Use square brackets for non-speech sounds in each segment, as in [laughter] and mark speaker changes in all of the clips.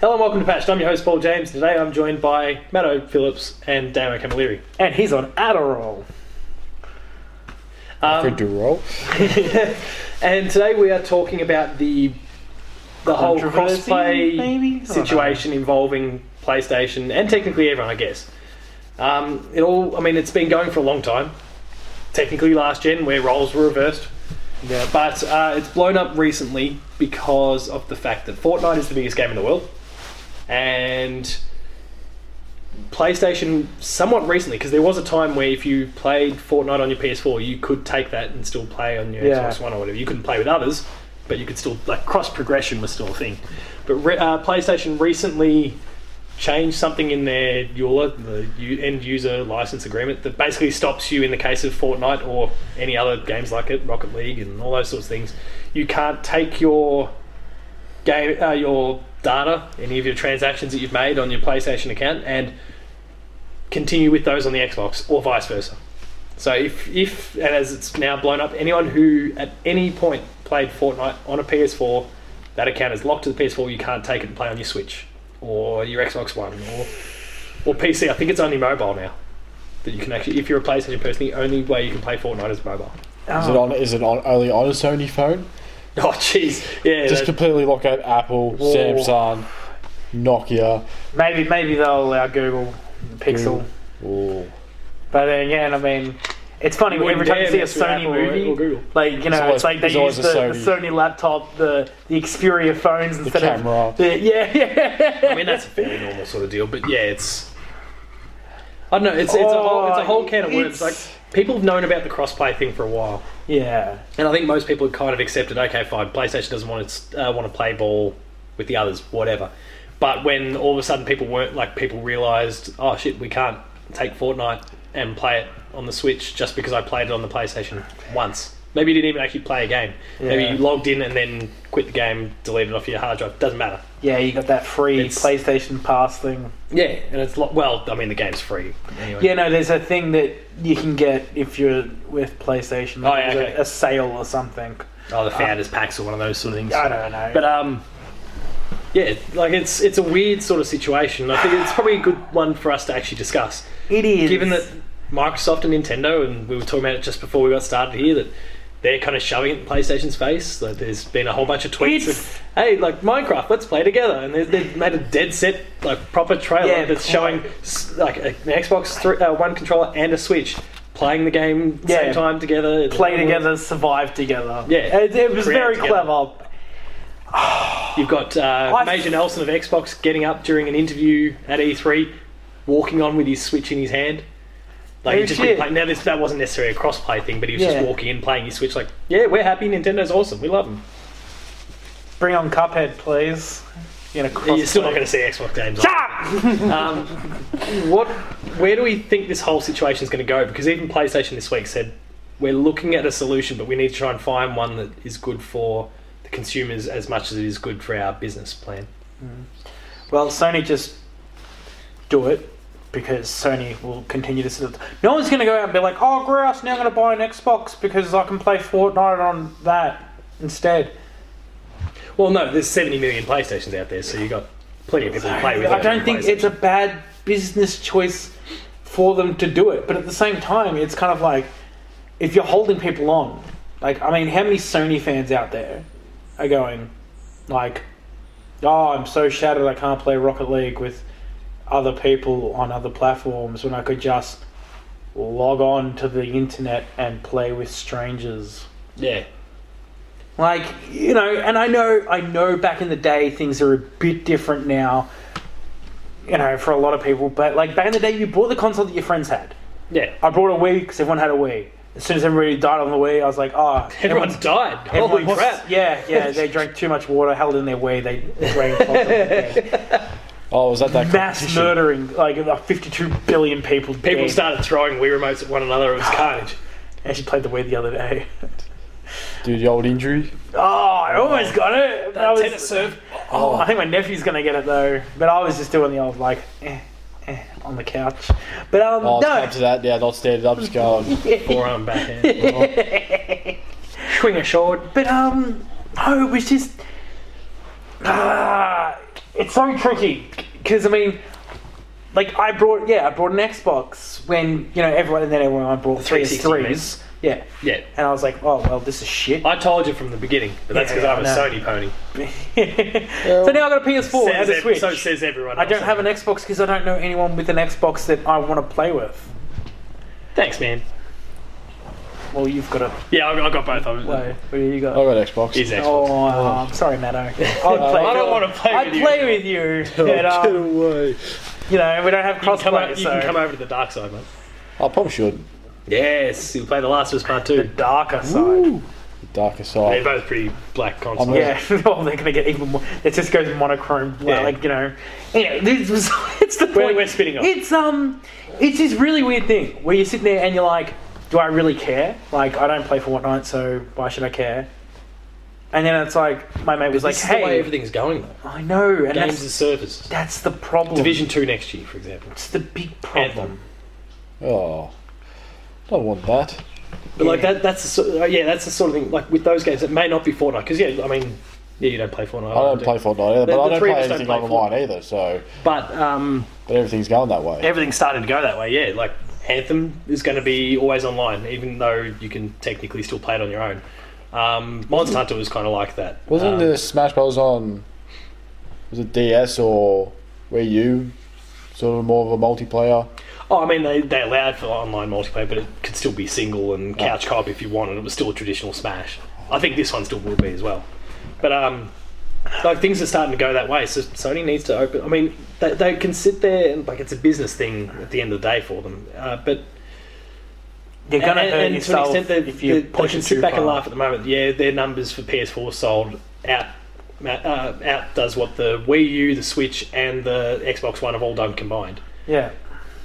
Speaker 1: Hello and welcome to Patched. I'm your host Paul James. Today I'm joined by Matto Phillips and Dan Camilleri. And he's on Adderall.
Speaker 2: for Dural.
Speaker 1: Um, [laughs] And today we are talking about the the whole
Speaker 3: Controversy,
Speaker 1: crossplay
Speaker 3: maybe? I don't
Speaker 1: situation involving PlayStation and technically everyone, I guess. Um, it all, I mean, it's been going for a long time. Technically, last gen where roles were reversed,
Speaker 2: Yeah.
Speaker 1: but uh, it's blown up recently because of the fact that Fortnite is the biggest game in the world, and PlayStation somewhat recently because there was a time where if you played Fortnite on your PS4, you could take that and still play on your
Speaker 2: Yeah.
Speaker 1: Xbox One or whatever. You couldn't play with others, but you could still like cross progression was still a thing. But re- uh, PlayStation recently changed something in their EULA, the u- end user license agreement, that basically stops you in the case of Fortnite or any other games like it, Rocket League and all those sorts of things. You can't take your game, uh, your data, any of your transactions that you've made on your PlayStation account, and continue with those on the Xbox or vice versa. So if, if and as it's now blown up, anyone who at any point played Fortnite on a PS4, that account is locked to the PS4. You can't take it and play on your Switch or your Xbox One or or PC. I think it's only mobile now that you can actually. If you're a PlayStation person, the only way you can play Fortnite is mobile. [laughs]
Speaker 2: Is
Speaker 3: Oh.
Speaker 2: it on? Is it on only on a Sony phone?
Speaker 1: Oh jeez, yeah.
Speaker 2: Just
Speaker 1: that-
Speaker 2: completely lock out Apple,
Speaker 3: Whoa.
Speaker 2: Samsung, Nokia.
Speaker 3: Maybe maybe they'll allow Google Pixel.
Speaker 2: Ooh.
Speaker 3: But then again, I mean, it's funny
Speaker 1: wouldn't
Speaker 3: every time
Speaker 1: dare
Speaker 3: you see a
Speaker 1: mess with
Speaker 3: Sony
Speaker 1: Apple or-
Speaker 3: movie,
Speaker 1: or Google.
Speaker 3: like you know,
Speaker 2: always-
Speaker 3: it's like they
Speaker 2: there's always
Speaker 3: use the, the
Speaker 2: a
Speaker 3: Sony. laptop, the the Xperia phones instead
Speaker 2: camera.
Speaker 3: of the yeah [laughs] yeah.
Speaker 1: I mean, that's a
Speaker 3: [laughs]
Speaker 1: fairly normal sort of deal, but yeah, it's. I don't know. It's, it's, a, whole, it's a whole can of worms.
Speaker 3: Oh, It's-
Speaker 1: Like people have known about the crossplay thing for a while,
Speaker 3: yeah.
Speaker 1: and I think most people have kind of accepted. Okay, fine. PlayStation doesn't want to uh, want to play ball with the others, whatever. But when all of a sudden people weren't like people realised, oh shit, we can't take Fortnite and play it on the Switch just because I played it on the PlayStation once. Maybe you didn't even actually play a game. Maybe
Speaker 3: Yeah.
Speaker 1: you logged in and then quit the game, deleted it off your hard drive. Doesn't matter.
Speaker 3: Yeah, you got that free
Speaker 1: It's-
Speaker 3: PlayStation Pass thing.
Speaker 1: Yeah, and it's lo- well, I mean, the game's free. Anyway.
Speaker 3: Yeah, no, there's a thing that you can get if you're with PlayStation.
Speaker 1: Oh, yeah,
Speaker 3: There's a-
Speaker 1: okay.
Speaker 3: a, sale or something.
Speaker 1: Oh, the founders packs or one of those sort of things.
Speaker 3: I don't know.
Speaker 1: But um, yeah, like it's it's a weird sort of situation. I think it's probably a good one for us to actually discuss,
Speaker 3: it is
Speaker 1: given that Microsoft and Nintendo, and we were talking about it just before we got started here, that they're kind of shoving it in PlayStation's face. Like there's been a whole bunch of tweets.
Speaker 3: It's-
Speaker 1: Of, hey, like Minecraft, let's play together, and they- they've made a dead set like proper trailer
Speaker 3: Yeah,
Speaker 1: that's
Speaker 3: play-
Speaker 1: showing s- like an Xbox three, uh, One controller and a Switch playing the game
Speaker 3: Yeah.
Speaker 1: same time together.
Speaker 3: play together, survive together.
Speaker 1: Yeah.
Speaker 3: it, it was
Speaker 1: Create
Speaker 3: very
Speaker 1: together.
Speaker 3: clever.
Speaker 1: You've got uh,
Speaker 3: I-
Speaker 1: Major Nelson of Xbox getting up during an interview at E3, walking on with his Switch in his hand. Like
Speaker 3: Oh,
Speaker 1: he just been
Speaker 3: shit.
Speaker 1: playing. Now this that wasn't necessarily a crossplay thing, but he was
Speaker 3: Yeah.
Speaker 1: just walking in playing his Switch. Like, yeah, we're happy. Nintendo's awesome. We love them.
Speaker 3: Bring on Cuphead, please. You know, cross
Speaker 1: You're still not going to see Xbox games.
Speaker 3: Stop!
Speaker 1: [laughs] Um, what? Where do we think this whole situation is going to go? Because even PlayStation this week said we're looking at a solution, but we need to try and find one that is good for the consumers as much as it is good for our business plan.
Speaker 3: Well, Sony just do it because Sony will continue to sit. No one's going to go out and be like, "Oh, grouse! Now I'm going to buy an Xbox because I can play Fortnite on that instead."
Speaker 1: Well, no, there's 70 million PlayStations out there, so you got plenty of people to play with.
Speaker 3: I don't think it's a bad business choice for them to do it, but at the same time, it's kind of like if you're holding people on, like I mean, how many Sony fans out there are going like, "Oh, I'm so shattered, I can't play Rocket League with other people on other platforms when I could just log on to the internet and play with strangers."
Speaker 1: yeah.
Speaker 3: Like, you know, and I know I know back in the day things are a bit different now, you know, for a lot of people, but like back in the day you bought the console that your friends had.
Speaker 1: Yeah.
Speaker 3: I brought a Wii because everyone had a Wii. As soon as everybody died on the Wii, I was like, [laughs] oh,
Speaker 1: Everyone's died.
Speaker 3: [laughs]
Speaker 1: Holy
Speaker 3: everyone's-
Speaker 1: crap.
Speaker 3: Yeah, yeah, [laughs] they drank too much water, held in their Wii, they [laughs] drank constantly.
Speaker 2: Oh, was that that
Speaker 3: mass
Speaker 2: competition?
Speaker 3: murdering like uh, 52 billion people.
Speaker 1: People
Speaker 3: dead.
Speaker 1: started throwing Wii remotes at one another. It was carnage.
Speaker 3: And she played the Wii the other day. [laughs]
Speaker 2: Dude, the old injury.
Speaker 3: Oh, I almost got it. but I was-
Speaker 1: Tennis serve.
Speaker 3: Oh, I think my nephew's gonna get it though. But I was just doing the old like eh, eh, on the couch. But um,
Speaker 2: Oh, no.
Speaker 3: no,
Speaker 2: up to that. Yeah, not standing up, just going.
Speaker 1: Forearm backhand.
Speaker 3: [laughs]
Speaker 1: Swing a sword.
Speaker 3: but um, no, it was just ah, it's so tricky because I mean, like I brought yeah I brought an Xbox when you know everyone and then everyone brought
Speaker 1: The 360
Speaker 3: PS3s yeah
Speaker 1: Yeah.
Speaker 3: and I was like oh well this is shit
Speaker 1: I told you from the beginning, but that's
Speaker 3: Yeah,
Speaker 1: because I'm a
Speaker 3: no.
Speaker 1: Sony pony.
Speaker 3: [laughs] so now Oh, I got a PS4
Speaker 1: Says
Speaker 3: and a
Speaker 1: ev-
Speaker 3: Switch
Speaker 1: So says everyone.
Speaker 3: I
Speaker 1: else.
Speaker 3: don't have an Xbox because I don't know anyone with an Xbox that I want to play with
Speaker 1: Thanks, man.
Speaker 3: well you've got a
Speaker 1: Yeah, I I got both of them.
Speaker 3: play what do you got
Speaker 2: I've got Xbox.
Speaker 1: He's Xbox.
Speaker 3: oh, I'm sorry
Speaker 1: [laughs]
Speaker 3: Matto I'd play
Speaker 1: I don't want to play
Speaker 3: I'd
Speaker 1: with you.
Speaker 3: play
Speaker 1: [laughs]
Speaker 3: with you but
Speaker 2: Get
Speaker 3: um,
Speaker 2: away.
Speaker 3: you know we don't have
Speaker 1: You can, come
Speaker 3: crossplay
Speaker 1: o- you
Speaker 3: so
Speaker 1: can come over to the dark side, mate.
Speaker 2: I probably should.
Speaker 1: Yes, you play The Last of Us Part
Speaker 3: the
Speaker 1: 2.
Speaker 3: darker side
Speaker 2: The darker
Speaker 1: They're
Speaker 2: side.
Speaker 1: both pretty black consoles.
Speaker 2: I'm
Speaker 3: [laughs] Yeah, [laughs] well, they're going to get even more. It just goes monochrome, like,
Speaker 1: Yeah.
Speaker 3: like, you know. Anyway, this was, [laughs] it's the
Speaker 1: We're-
Speaker 3: point.
Speaker 1: we're spinning off.
Speaker 3: It's um, it's this really weird thing where you're sitting there and you're like, do I really care? Like, I don't play Fortnite, so why should I care? And then it's like, my mate was like,
Speaker 1: this is the way
Speaker 3: hey,
Speaker 1: everything's going, though.
Speaker 3: I know, and
Speaker 1: Games
Speaker 3: that's,
Speaker 1: and services.
Speaker 3: that's the problem.
Speaker 1: Division 2 next year, for example.
Speaker 3: It's the big problem.
Speaker 2: Oh, don't want that.
Speaker 1: But like that, that's the sort, uh, yeah, that's the sort of thing. Like with those games, it may not be Fortnite because yeah, I mean, yeah, you don't play Fortnite.
Speaker 2: I don't play Fortnite
Speaker 1: The-
Speaker 2: either, but I
Speaker 1: the
Speaker 2: don't
Speaker 1: three
Speaker 2: play
Speaker 1: of us don't
Speaker 2: anything
Speaker 1: play
Speaker 2: online either. So,
Speaker 1: But um,
Speaker 2: but everything's going that way.
Speaker 1: everything started to go that way. Yeah, like Anthem is going to be always online, even though you can technically still play it on your own. Um, Monster Hunter was kind of like that.
Speaker 2: Wasn't
Speaker 1: Um,
Speaker 2: the Smash Bros on was it DS or Wii U? Sort of more of a multiplayer.
Speaker 1: Oh, I mean, they, they allowed for online multiplayer, but it could still be single and couch co-op if you wanted. It was still a traditional Smash. I think this one still will be as well. But um, like things are starting to go that way. So Sony needs to open. I mean, they, they can sit there and like it's a business thing at the end of the day for them. Uh, but
Speaker 3: You're
Speaker 1: and,
Speaker 3: going to
Speaker 1: and,
Speaker 3: hurt
Speaker 1: and to an
Speaker 3: yourself
Speaker 1: extent, they,
Speaker 3: if you
Speaker 1: they, they
Speaker 3: push
Speaker 1: can
Speaker 3: it
Speaker 1: sit
Speaker 3: too
Speaker 1: back
Speaker 3: far.
Speaker 1: and laugh at the moment. Yeah, their numbers for PS4 sold out uh, outdoes what the Wii U, the Switch, and the Xbox One have all done combined.
Speaker 3: Yeah,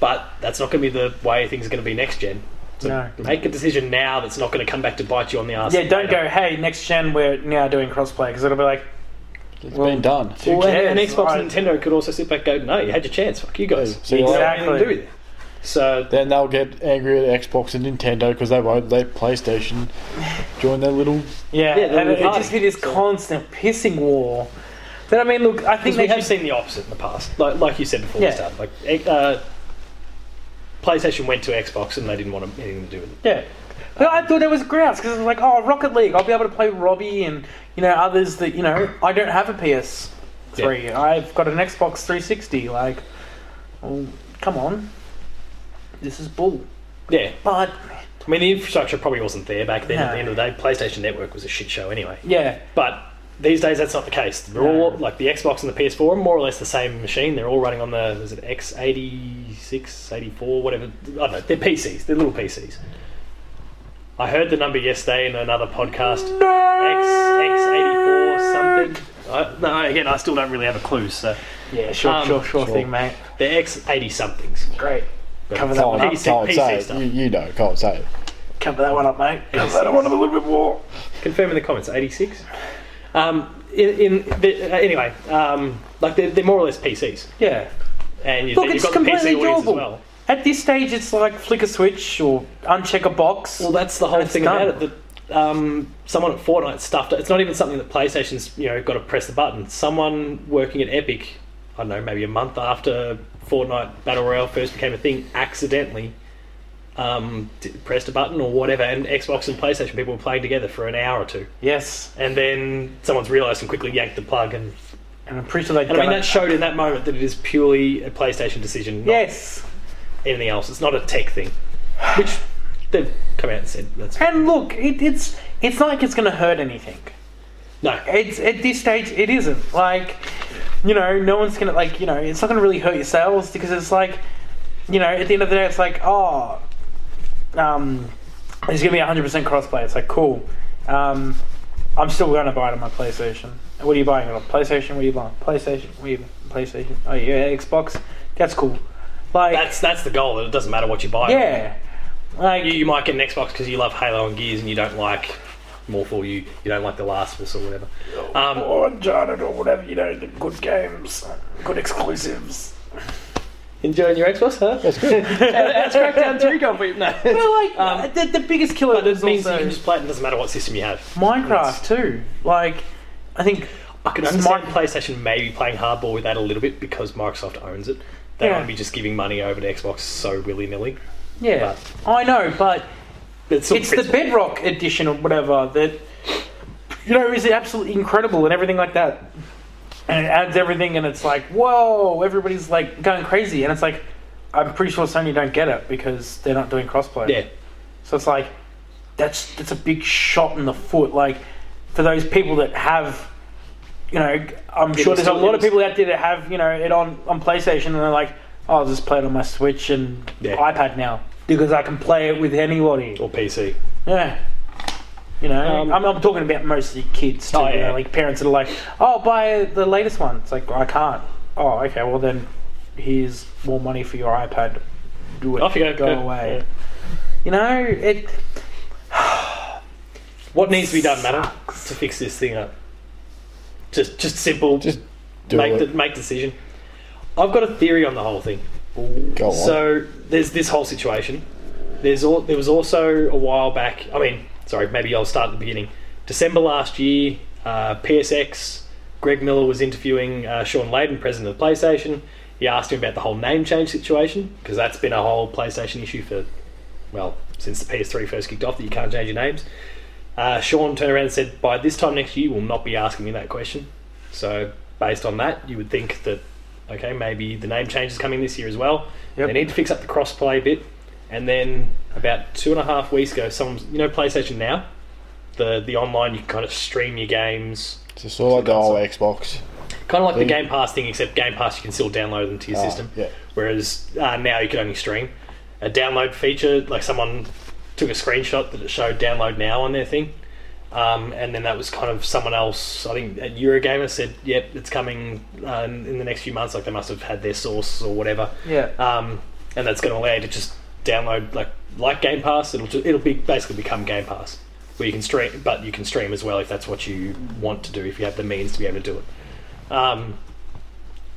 Speaker 1: But that's not going to be the way things are going to be next gen. So
Speaker 3: No.
Speaker 1: make a decision now that's not going to come back to bite you on the ass.
Speaker 3: yeah. Don't
Speaker 1: later.
Speaker 3: go. Hey, next gen, we're now doing crossplay because it'll be like,
Speaker 2: It's
Speaker 3: Well,
Speaker 2: been done.
Speaker 3: who
Speaker 1: Well, and, and
Speaker 3: cares?
Speaker 1: Xbox and
Speaker 3: Like-
Speaker 1: Nintendo could also sit back and go, no, you had your chance. Fuck you guys.
Speaker 2: Yeah, see you
Speaker 1: You don't
Speaker 3: later.
Speaker 1: have anything to do with it. So,
Speaker 2: Then they'll get angry at Xbox and Nintendo because they won't let PlayStation join their little.
Speaker 1: Yeah,
Speaker 3: Yeah,
Speaker 1: they're
Speaker 3: and it, it
Speaker 1: party,
Speaker 3: just be this constant pissing war. But I mean, look, I
Speaker 1: because
Speaker 3: think
Speaker 1: we
Speaker 3: they
Speaker 1: have
Speaker 3: should,
Speaker 1: seen the opposite in the past. Like, like you said before
Speaker 3: Yeah.
Speaker 1: we started. Like, e- uh, PlayStation went to Xbox and they didn't want anything to do with it.
Speaker 3: yeah. But I thought that was grouse because it was like, oh, Rocket League, I'll be able to play Robbie and you know others that you know. I don't have a PS3. I've got an Xbox 360. Like, well, come on, this is bull.
Speaker 1: Yeah.
Speaker 3: But
Speaker 1: I mean, the infrastructure probably wasn't there back then. At
Speaker 3: No.
Speaker 1: the end of the day, PlayStation Network was a shit show anyway.
Speaker 3: yeah,
Speaker 1: But these days, that's not the case. They're all like the Xbox and the PS4 are more or less the same machine. They're all running on the is it X86, 84, whatever. I don't know. They're PCs. They're little PCs. I heard the number yesterday in another podcast. X X84 something. I, no, again, I still don't really have a clue. So
Speaker 3: yeah, sure,
Speaker 1: Um,
Speaker 3: sure, sure,
Speaker 2: sure.
Speaker 3: thing, mate.
Speaker 1: they're X80 somethings.
Speaker 3: Great, cover that one
Speaker 2: Can't,
Speaker 3: up.
Speaker 1: PC
Speaker 2: can't say
Speaker 1: stuff.
Speaker 2: it. You, you know, can't say it.
Speaker 3: Cover that one up, mate. Cover that one up a little bit more.
Speaker 1: Confirm in the comments. Eighty-six. Um, in, in the, uh, anyway, um, like they're, they're more or less PCs,
Speaker 3: Yeah.
Speaker 1: and you,
Speaker 3: Look,
Speaker 1: you've
Speaker 3: it's
Speaker 1: got the PC
Speaker 3: completely
Speaker 1: audience as
Speaker 3: doable.
Speaker 1: well.
Speaker 3: At this stage, it's like flick a switch or uncheck a box.
Speaker 1: Well, that's the whole
Speaker 3: It's
Speaker 1: thing
Speaker 3: done.
Speaker 1: about it. That um, someone at Fortnite stuffed it. It's not even something that PlayStation's you know got to press the button. Someone working at Epic, I don't know, maybe a month after Fortnite Battle Royale first became a thing, accidentally um, d- pressed a button or whatever, and Xbox and PlayStation people were playing together for an hour or two,
Speaker 3: Yes,
Speaker 1: and then someone's realised and quickly yanked the plug. And,
Speaker 3: and I'm pretty sure they.
Speaker 1: and I mean that showed in that moment that it is purely a PlayStation decision, not
Speaker 3: yes,
Speaker 1: anything else. It's not a tech thing, which they've come out and said that's
Speaker 3: and look, it, it's it's not like it's going to hurt anything.
Speaker 1: no.
Speaker 3: It's at this stage, it isn't like you know, no one's going to like you know, it's not going to really hurt your sales because it's like you know, at the end of the day, it's like oh, um, it's going to be 100% crossplay. It's like cool. Um, I'm still going to buy it on my PlayStation. What are you buying it on? PlayStation? What are you buying? PlayStation? What are you PlayStation? Oh yeah, Xbox. That's cool. Like
Speaker 1: That's that's the goal. It doesn't matter what you buy.
Speaker 3: yeah, like
Speaker 1: You, you might get an Xbox because you love Halo and Gears and you don't like more for you. You don't like The Last of Us or whatever. Um,
Speaker 3: or Uncharted or whatever, you know, the good games, good exclusives.
Speaker 1: Enjoying your Xbox, huh? [laughs] That's good. That's Crackdown 3 gone for you. No.
Speaker 3: But like the, the biggest killer
Speaker 1: Um, But it
Speaker 3: is
Speaker 1: means you
Speaker 3: also
Speaker 1: can just play it. It doesn't matter what system you have.
Speaker 3: Minecraft too. Like I think
Speaker 1: I can
Speaker 3: Smart-
Speaker 1: understand PlayStation maybe playing hardball with that a little bit because Microsoft owns it. They
Speaker 3: Yeah.
Speaker 1: won't be just giving money over to Xbox so willy nilly.
Speaker 3: Yeah, I know, but
Speaker 1: It's, still
Speaker 3: it's the
Speaker 1: principle.
Speaker 3: Bedrock edition or whatever that you know is absolutely incredible and everything like that, and it adds everything, and it's like whoa, everybody's like going crazy, and it's like I'm pretty sure Sony don't get it because they're not doing crossplay.
Speaker 1: yeah.
Speaker 3: So it's like that's that's a big shot in the foot. Like for those people that have, you know, I'm sure
Speaker 1: was
Speaker 3: there's a
Speaker 1: still- it
Speaker 3: lot of
Speaker 1: was-
Speaker 3: people out there that have you know it on on PlayStation and they're like, oh, I'll just play it on my Switch and
Speaker 1: Yeah.
Speaker 3: iPad now because I can play it with anybody.
Speaker 1: Or PC.
Speaker 3: Yeah. You know,
Speaker 1: Um,
Speaker 3: I'm, I'm talking about mostly kids too.
Speaker 1: Oh,
Speaker 3: you
Speaker 1: yeah.
Speaker 3: know, like parents that are like, "Oh, buy the latest one." It's like I can't. Oh, okay. Well then, here's more money for your iPad. Do it.
Speaker 1: Off you go.
Speaker 3: Go
Speaker 1: Good.
Speaker 3: away.
Speaker 1: Yeah.
Speaker 3: You know, it
Speaker 1: What needs to be done, madam, to fix this thing up? Just, just simple.
Speaker 2: Just do
Speaker 1: make
Speaker 2: it.
Speaker 1: the make decision. I've got a theory on the whole thing.
Speaker 2: Go on.
Speaker 1: So there's this whole situation. There's all, there was also a while back. I mean, sorry, maybe I'll start at the beginning. December last year, uh, PSX. Greg Miller was interviewing uh, Sean Layden, president of PlayStation. He asked him about the whole name change situation because that's been a whole PlayStation issue for, well, since the PS3 first kicked off that you can't change your names. Uh, Sean turned around and said, "By this time next year, you will not be asking me that question." So, based on that, you would think that okay, maybe the name change is coming this year as well.
Speaker 3: Yep.
Speaker 1: They need to fix up the crossplay bit, and then about two and a half weeks ago, someone you know PlayStation Now, the the online you can kind of stream your games,
Speaker 2: It's just sort of like the whole Xbox.
Speaker 1: kind of like the
Speaker 2: Thing.
Speaker 1: Game Pass thing, except Game Pass you can still download them to your
Speaker 2: Mm. Ah,
Speaker 1: system,
Speaker 2: yeah.
Speaker 1: whereas uh, now you can only stream. A download feature, like someone took a screenshot that it showed download now on their thing. Um, and then that was kind of someone else. I think at Eurogamer said, "Yep, it's coming uh, in in the next few months." Like they must have had their source or whatever
Speaker 3: yeah.
Speaker 1: um, and that's going to allow you to just download like like Game Pass. It'll ju- it'll be basically become Game Pass, where you can stream, but you can stream as well if that's what you want to do. If you have the means to be able to do it, um,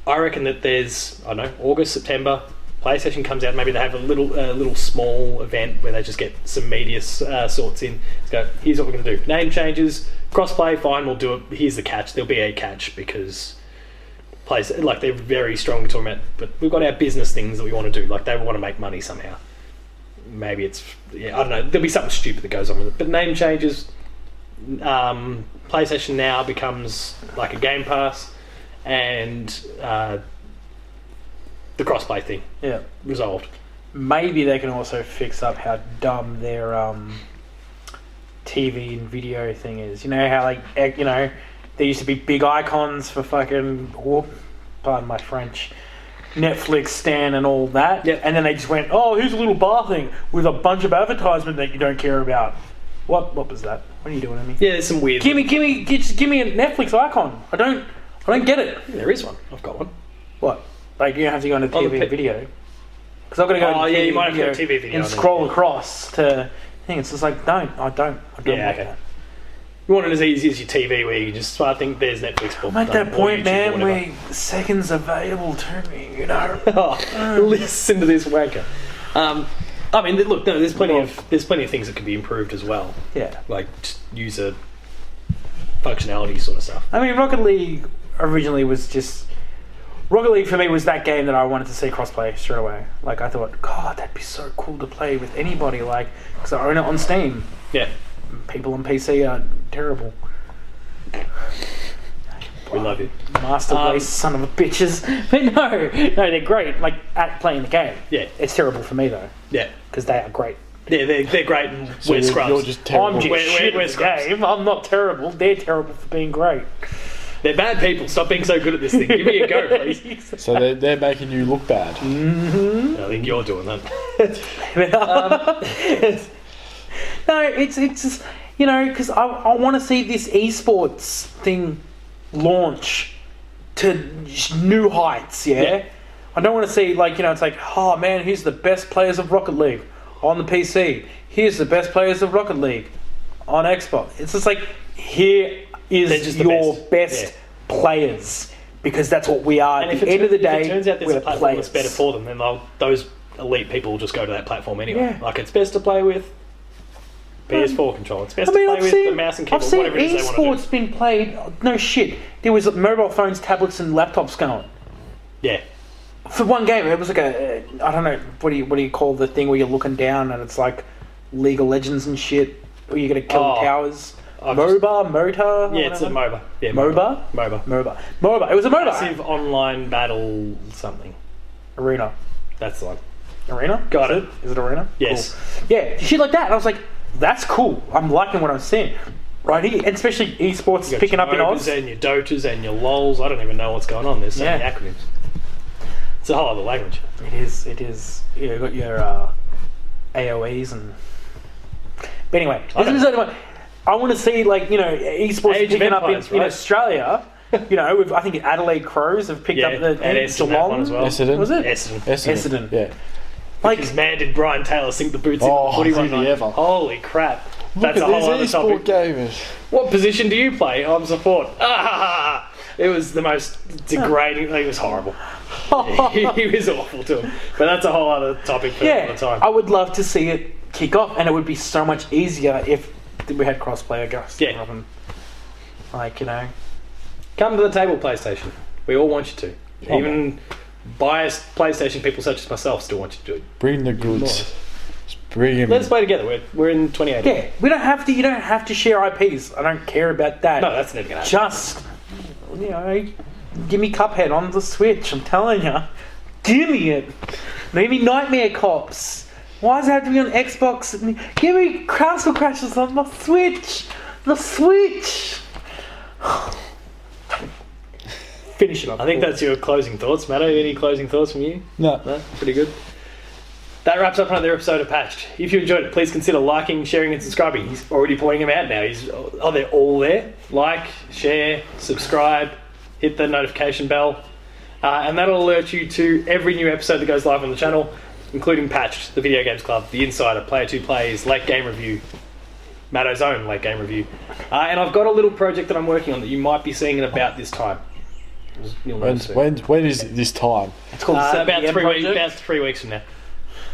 Speaker 1: I reckon that there's I don't know August September. PlayStation comes out. Maybe they have a little a little small event where they just get some media uh, sorts in. Let's go. Here's what we're going to do. Name changes, crossplay. Fine, we'll do it. Here's the catch. There'll be a catch because place like they're very strongly talking about but we've got our business things that we want to do like they want to make money somehow maybe it's yeah, i don't know there'll be something stupid that goes on with it but name changes um, playstation now becomes like a game pass and uh, the crossplay thing
Speaker 3: Yeah.
Speaker 1: resolved
Speaker 3: Maybe they can also fix up how dumb their um, TV and video thing is. You know how like ec- you know there used to be big icons for fucking oh, pardon my French. Netflix, Stan, and all that,
Speaker 1: Yep.
Speaker 3: and then they just went, "Oh, here's a little bar thing with a bunch of advertisement that you don't care about." What? What was that? What are you doing, Emmy?
Speaker 1: yeah there's some weird
Speaker 3: Give me, give me, gi- just give me a Netflix icon. I don't, I don't get it.
Speaker 1: there is one i've got one
Speaker 3: What? Like you don't have to go into
Speaker 1: Oh, the
Speaker 3: TV and
Speaker 1: pic-
Speaker 3: video. Because I've got to go.
Speaker 1: Oh,
Speaker 3: into
Speaker 1: yeah,
Speaker 3: TV
Speaker 1: you might have to go TV video
Speaker 3: and
Speaker 1: then,
Speaker 3: scroll
Speaker 1: yeah.
Speaker 3: across to thing. It's just like don't, I don't, I don't.
Speaker 1: Yeah,
Speaker 3: like
Speaker 1: okay.
Speaker 3: that.
Speaker 1: you want it as easy as your tv where you just i think there's netflix book
Speaker 3: I'm at that point, man,
Speaker 1: where
Speaker 3: where seconds available to me.
Speaker 1: [laughs]
Speaker 3: You know.
Speaker 1: oh, listen to this wanker. Um, I mean, look, no, there's plenty of there's plenty of things that can be improved as well,
Speaker 3: yeah.
Speaker 1: like just user functionality sort of stuff.
Speaker 3: I mean, Rocket League originally was just. Rocket League for me was that game that I wanted to see crossplay straight away. Like I thought, God, that'd be so cool to play with anybody. Like, because I own it on Steam.
Speaker 1: Yeah,
Speaker 3: People on PC are terrible.
Speaker 1: we love you.
Speaker 3: Master
Speaker 1: Um,
Speaker 3: race, son of a bitches. [laughs] But no, no, they're great. Like at playing the game.
Speaker 1: Yeah,
Speaker 3: It's terrible for me though,
Speaker 1: yeah,
Speaker 3: because they are great.
Speaker 1: yeah. They're, they're great, and
Speaker 2: So
Speaker 1: we're
Speaker 2: you're,
Speaker 1: scrubs.
Speaker 2: you're just terrible.
Speaker 3: I'm just
Speaker 1: We're- we're-
Speaker 3: shit
Speaker 1: we're
Speaker 3: at the
Speaker 1: scrubs.
Speaker 3: game. I'm not terrible. They're terrible for being great.
Speaker 1: They're bad people. Stop being so good at this thing. Give me a go, please.
Speaker 3: [laughs]
Speaker 2: so they're, they're making you look bad.
Speaker 1: [laughs] Mm-hmm. I think you're doing that.
Speaker 3: Um, [laughs] no, it's it's just, you know because I I want to see this esports thing launch to sh- new heights. Yeah?
Speaker 1: Yeah.
Speaker 3: I don't want to see like you know it's like oh man here's the best players of Rocket League on the PC. Here's the best players of Rocket League on Xbox. It's just like here
Speaker 1: They're
Speaker 3: is
Speaker 1: just the
Speaker 3: your
Speaker 1: best.
Speaker 3: best, players. Because that's what we are.
Speaker 1: And
Speaker 3: At
Speaker 1: if
Speaker 3: the
Speaker 1: it
Speaker 3: end
Speaker 1: tur-
Speaker 3: of the day,
Speaker 1: if it turns out there's
Speaker 3: we're
Speaker 1: a platform
Speaker 3: players.
Speaker 1: that's better for them, then they'll, those elite people will just go to that platform anyway.
Speaker 3: Yeah. Um,
Speaker 1: Like it's best to play with. PS4 controller. It's best
Speaker 3: I mean,
Speaker 1: to
Speaker 3: I've
Speaker 1: play with
Speaker 3: seen,
Speaker 1: the mouse and
Speaker 3: I've
Speaker 1: keyboard,
Speaker 3: seen
Speaker 1: whatever it is they want to
Speaker 3: esports been played. No shit. There was mobile phones, tablets, and laptops going
Speaker 1: do. Yeah.
Speaker 3: for one game. It was like a uh, I don't know what do you what do you call the thing where you're looking down and it's like League of Legends and shit. Where you're gonna kill
Speaker 1: Oh.
Speaker 3: towers.
Speaker 1: I've just-
Speaker 3: MOBA, Mota.
Speaker 1: Yeah, it's a
Speaker 3: MOBA.
Speaker 1: MOBA. Yeah,
Speaker 3: MOBA.
Speaker 1: MOBA.
Speaker 3: MOBA. MOBA. It was a MOBA.
Speaker 1: Massive online battle something.
Speaker 3: Arena.
Speaker 1: That's the one.
Speaker 3: Arena.
Speaker 1: Got it.
Speaker 3: Is it arena?
Speaker 1: Yes.
Speaker 3: Cool. Yeah, shit like that. And I was like, that's cool. I'm liking what I'm seeing. Right here, and especially esports
Speaker 1: You got
Speaker 3: picking
Speaker 1: your
Speaker 3: up in
Speaker 1: MOBAs eh?
Speaker 3: Oz.
Speaker 1: and your Dotas and your LOLs. I don't even know what's going on. There's so
Speaker 3: Yeah.
Speaker 1: many acronyms. It's a whole other language.
Speaker 3: It is. It is. You know, got your uh, AOEs and. But anyway,
Speaker 1: I
Speaker 3: this
Speaker 1: don't
Speaker 3: is
Speaker 1: know.
Speaker 3: another one. I want to see like you know esports
Speaker 1: Age of
Speaker 3: picking up in,
Speaker 1: Empires,
Speaker 3: in
Speaker 1: right? [laughs]
Speaker 3: Australia. You know, with, I think Adelaide Crows have picked
Speaker 1: Yeah,
Speaker 3: up the
Speaker 1: and
Speaker 3: thing,
Speaker 1: Essendon, that
Speaker 3: Geelong
Speaker 1: one as well.
Speaker 2: Essendon.
Speaker 3: Was it
Speaker 1: Essendon.
Speaker 2: Essendon.
Speaker 3: Essendon.
Speaker 2: Yeah.
Speaker 1: [laughs]
Speaker 3: like
Speaker 1: His man did Brian Taylor sink the boots
Speaker 2: Oh,
Speaker 1: in 41
Speaker 2: did he
Speaker 1: night.
Speaker 2: ever.
Speaker 1: Holy crap.
Speaker 2: Look
Speaker 1: That's a
Speaker 2: at
Speaker 1: whole other
Speaker 2: these esport
Speaker 1: topic.
Speaker 2: gamers.
Speaker 1: What position do you play? I'm support. [laughs] Ah, it was the most degrading. It was horrible. [laughs] he, he was awful to him. But that's a whole other topic for
Speaker 3: oh, yeah,
Speaker 1: another time.
Speaker 3: I would love to see it kick off, and it would be so much easier if we had crossplay. I guess.
Speaker 1: Yeah.
Speaker 3: rather than, like you know,
Speaker 1: Come to the table, PlayStation. We all want you to.
Speaker 2: Oh.
Speaker 1: Even biased PlayStation people such as myself still want you to do it.
Speaker 2: Bring the goods. Just bring 'em.
Speaker 1: Let's play together. We're, we're in 2018.
Speaker 3: Hmm. yeah, we don't have to. You don't have to share IPs. I don't care about that.
Speaker 1: No, that's never going to happen.
Speaker 3: just you know give me cuphead on the switch i'm telling you give me it maybe nightmare cops why does it have to be on xbox give me castle crashes on the switch the switch [sighs] finish it up
Speaker 1: I think that's your closing thoughts, Matto. Any closing thoughts from you?
Speaker 2: No.
Speaker 1: No, pretty good. That wraps up another episode of Patched. If you enjoyed it, please consider liking, sharing, and subscribing. He's already pointing them out now. He's oh, they're all there. Like, share, subscribe, hit the notification bell, uh, and that'll alert you to every new episode that goes live on the channel, including Patched, the Video Games Club, The Insider, Player Two Plays, Late Game Review, Matto's own Late Game Review, uh, and I've got a little project that I'm working on that you might be seeing in about this time. You'll know
Speaker 2: When's,
Speaker 1: soon.
Speaker 2: when, when is this time?
Speaker 3: it's called
Speaker 1: Uh,
Speaker 3: 7
Speaker 1: about
Speaker 3: PM
Speaker 1: three weeks.
Speaker 3: Project.
Speaker 1: About three weeks from now,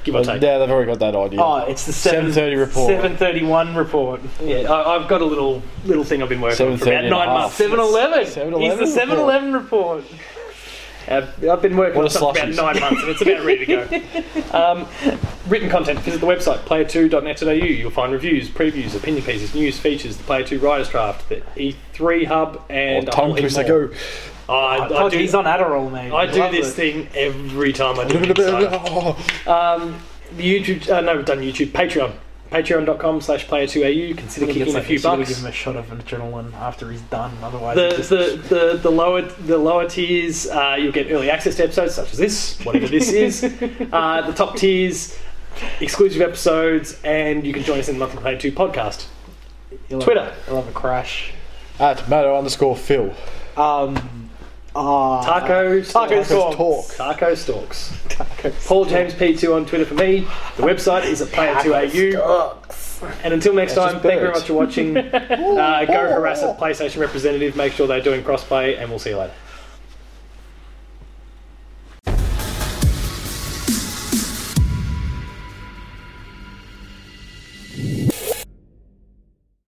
Speaker 1: give or
Speaker 2: Well,
Speaker 1: take.
Speaker 2: yeah, they've already got that idea.
Speaker 3: Oh, it's the
Speaker 2: 7:30 report.
Speaker 3: 7:31 report.
Speaker 1: Yeah, I, I've got a little little thing I've been working on for
Speaker 2: 7:30
Speaker 1: about
Speaker 2: and
Speaker 1: nine
Speaker 2: a
Speaker 1: months.
Speaker 2: half.
Speaker 3: 7:11.
Speaker 2: 7-Eleven
Speaker 3: It's the
Speaker 2: report.
Speaker 3: 7:11 report.
Speaker 1: Uh, I've, I've been working
Speaker 2: What
Speaker 1: on
Speaker 2: a
Speaker 1: something
Speaker 2: slushies.
Speaker 1: about nine months, and it's about ready to
Speaker 2: [laughs]
Speaker 1: go. Um, written content. Visit the website player2.net.au. You'll find reviews, previews, opinion pieces, news, features, the Player Two Writers Draft, the E3 Hub, and
Speaker 2: Oh,
Speaker 1: a
Speaker 2: tongue
Speaker 1: whole heap
Speaker 2: twister
Speaker 1: more.
Speaker 2: go.
Speaker 1: I, I
Speaker 3: Fuck,
Speaker 1: do,
Speaker 3: he's on Adderall, mate.
Speaker 1: I do
Speaker 3: Love
Speaker 1: this
Speaker 3: it.
Speaker 1: thing every time I do it.
Speaker 2: [laughs]
Speaker 1: so-
Speaker 2: Oh,
Speaker 1: Um, the YouTube. Uh, no, we've done YouTube. Patreon. Patreon.com slash player2au. Consider
Speaker 3: He
Speaker 1: kicking
Speaker 3: gets
Speaker 1: a
Speaker 3: like,
Speaker 1: few
Speaker 3: you gotta give
Speaker 1: bucks.
Speaker 3: him a shot of adrenaline after he's done. Otherwise,
Speaker 1: the,
Speaker 3: he just-
Speaker 1: the, the, the lower the lower tiers, uh, you'll get early access to episodes such as this, whatever this
Speaker 3: [laughs]
Speaker 1: is. Uh, the top tiers, exclusive episodes, and you can join us in the Monthly Player Two podcast.
Speaker 3: he'll have-
Speaker 1: Twitter.
Speaker 3: he'll have a crash.
Speaker 2: at Matto underscore Phil.
Speaker 3: Um, uh,
Speaker 1: Taco
Speaker 3: taco
Speaker 1: Stalks.
Speaker 3: Stalks.
Speaker 2: Talk.
Speaker 1: Taco Stalks.
Speaker 3: Taco
Speaker 1: Paul James P2 on Twitter for me. The website is at player2au. And until next
Speaker 2: That's
Speaker 1: time,
Speaker 2: just
Speaker 1: thank you very
Speaker 2: birds. [laughs]
Speaker 1: much for watching. uh, go harass a PlayStation representative, make sure they're doing crossplay, and we'll see you later.